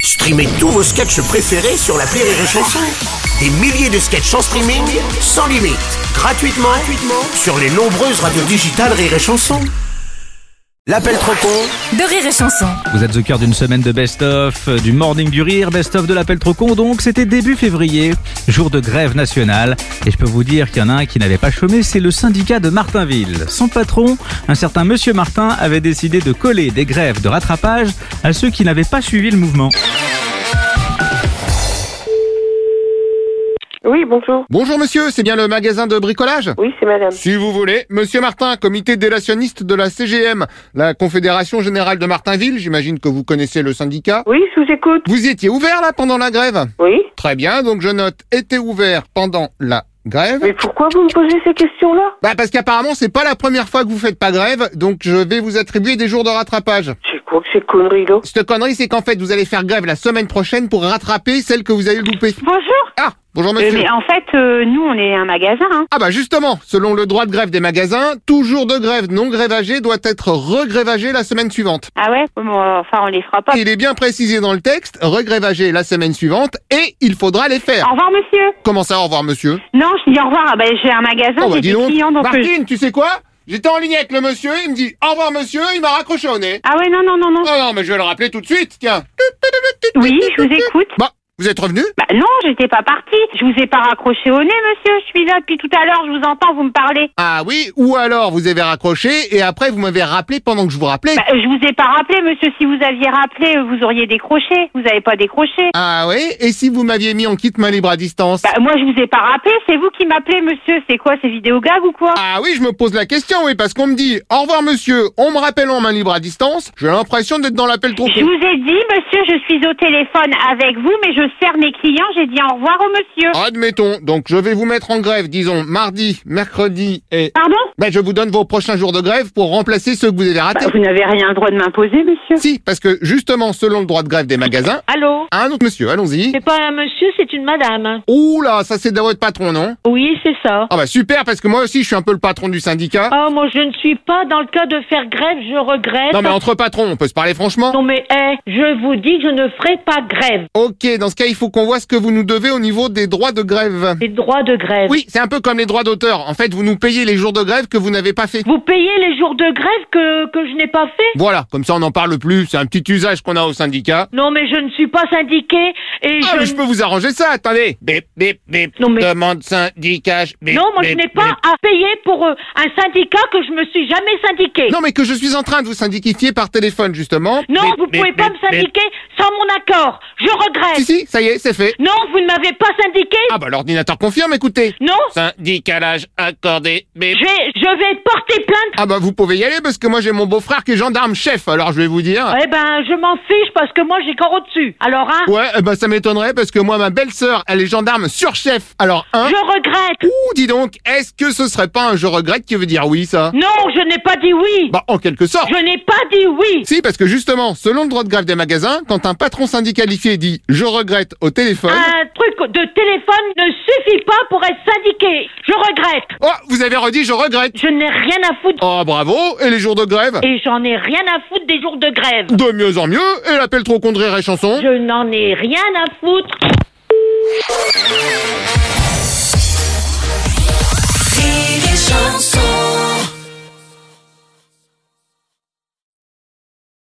Streamez tous vos sketchs préférés sur la Rire et Chanson. Des milliers de sketchs en streaming, sans limite, gratuitement, gratuitement sur les nombreuses radios digitales Rire et Chanson. L'appel trop con de rire et chanson. Vous êtes au cœur d'une semaine de best-of, euh, du morning du rire, best-of de l'appel trop con. Donc, c'était début février, jour de grève nationale. Et je peux vous dire qu'il y en a un qui n'avait pas chômé, c'est le syndicat de Martinville. Son patron, un certain monsieur Martin, avait décidé de coller des grèves de rattrapage à ceux qui n'avaient pas suivi le mouvement. Oui, bonjour. Bonjour monsieur, c'est bien le magasin de bricolage Oui, c'est madame. Si vous voulez, monsieur Martin, comité délationniste de la CGM, la Confédération Générale de Martinville, j'imagine que vous connaissez le syndicat. Oui, je vous écoute. Vous y étiez ouvert là pendant la grève Oui. Très bien, donc je note était ouvert pendant la grève. Mais pourquoi vous me posez ces questions-là Bah parce qu'apparemment c'est pas la première fois que vous faites pas grève, donc je vais vous attribuer des jours de rattrapage. C'est quoi que ces conneries là Cette connerie c'est qu'en fait vous allez faire grève la semaine prochaine pour rattraper celle que vous avez loupée. Bonjour. Ah, bonjour Euh, monsieur. mais en fait, euh, nous, on est un magasin. hein. Ah bah justement, selon le droit de grève des magasins, tout jour de grève non grévagé doit être regrévagé la semaine suivante. Ah ouais Bon, euh, Enfin, on les fera pas. Il est bien précisé dans le texte, regrévagé la semaine suivante et il faudra les faire. Au revoir, monsieur. Comment ça, au revoir monsieur Non, je dis au revoir. Ah, bah, j'ai un magasin, Oh bah j'ai dis des donc, clients, donc... euh, Martine, tu sais quoi J'étais en ligne avec le monsieur, il me dit au revoir monsieur, il m'a raccroché au nez. Ah ouais, non, non, non, non. Oh non, mais je vais le rappeler tout de suite, tiens. Oui, je vous écoute. Bah, vous êtes revenu Bah non, j'étais pas partie. Je vous ai pas raccroché au nez, monsieur. Je suis là depuis tout à l'heure. Je vous entends, vous me parlez. Ah oui, ou alors vous avez raccroché et après vous m'avez rappelé pendant que je vous rappelais. Bah, je vous ai pas rappelé, monsieur. Si vous aviez rappelé, euh, vous auriez décroché. Vous avez pas décroché. Ah oui, et si vous m'aviez mis en kit main libre à distance Bah moi, je vous ai pas rappelé. C'est vous qui m'appelez, monsieur. C'est quoi, ces vidéos gags ou quoi Ah oui, je me pose la question, oui, parce qu'on me dit au revoir monsieur, on me rappelle en main libre à distance, j'ai l'impression d'être dans l'appel trop Je vous ai dit, monsieur, je suis au téléphone avec vous, mais je sers mes clients. J'ai dit au revoir au monsieur. Ah. Admettons, donc je vais vous mettre en grève, disons, mardi, mercredi et... Pardon Ben je vous donne vos prochains jours de grève pour remplacer ceux que vous avez ratés. Bah, Vous n'avez rien le droit de m'imposer, monsieur. Si, parce que justement, selon le droit de grève des magasins, Allô un autre monsieur, allons-y. C'est pas un monsieur, c'est une madame. hein? Ouh là, ça c'est de votre patron, non Oui, c'est ça. Ah bah super, parce que moi aussi je suis un peu le patron du syndicat. Oh, moi, je ne suis pas dans le cas de faire grève, je regrette. Ah. Non mais entre patrons, on peut se parler franchement Non, mais, eh, je vous dis que je ne ferai pas grève. Ok, dans ce cas, il faut qu'on voit ce que vous nous devez au niveau des droits de grève. Les droits de grève. Oui, c'est un peu comme les droits d'auteur. En fait, vous nous payez les jours de grève que vous n'avez pas fait. Vous payez les jours de grève que, que je n'ai pas fait Voilà, comme ça on n'en parle plus, c'est un petit usage qu'on a au syndicat. Non, mais je ne suis pas syndiquée et Ah, je... mais je peux vous arranger ça, attendez. Bip, bip, bip. Non, mais- Demande syndicage. Bip, Non, moi, je bip, n'ai pas bip. à payer pour euh, un syndicat que je me suis jamais syndiquée. Non, mais que je suis en train de vous syndiquifier par téléphone, justement. Non, Bip, vous bip, pouvez pas bip, bip. me syndiquer sans mon accord. Je regrette. Si, si, ça y est, c'est fait. Non, vous ne m'avez pas syndiquée. Ah, bah, l'ordinateur confirme, écoutez. Non, Syndicalage accordé. Bip. je vais, je vais porter plainte. Ah, bah, vous pouvez y aller parce que moi j'ai mon beau-frère qui est gendarme chef, alors je vais vous dire. Eh ben, je m'en fiche parce que moi j'ai corps au-dessus. Alors, hein, Ouais, eh ben ça m'étonnerait parce que moi, ma belle-sœur, elle est gendarme sur chef. Alors, un. je regrette. Ouh, dis donc, est-ce que ce serait pas un je regrette qui veut dire oui, ça Non, je n'ai pas dit oui. Bah, en quelque sorte. Je n'ai pas dit oui. Si, parce que justement, selon le droit de grève des magasins, quand un patron syndicalifié dit je regrette au téléphone. Un truc de téléphone ne suffit pas pour être syndiqué. Je regrette. Oh, vous avez redit je regrette. Je n'ai rien à foutre. Oh, bravo, et les jours de grève Et j'en ai rien à foutre des jours de grève. De mieux en mieux, et l'appel trop contre Rire et chanson. Je n'en ai rien à foutre. Rire et chanson.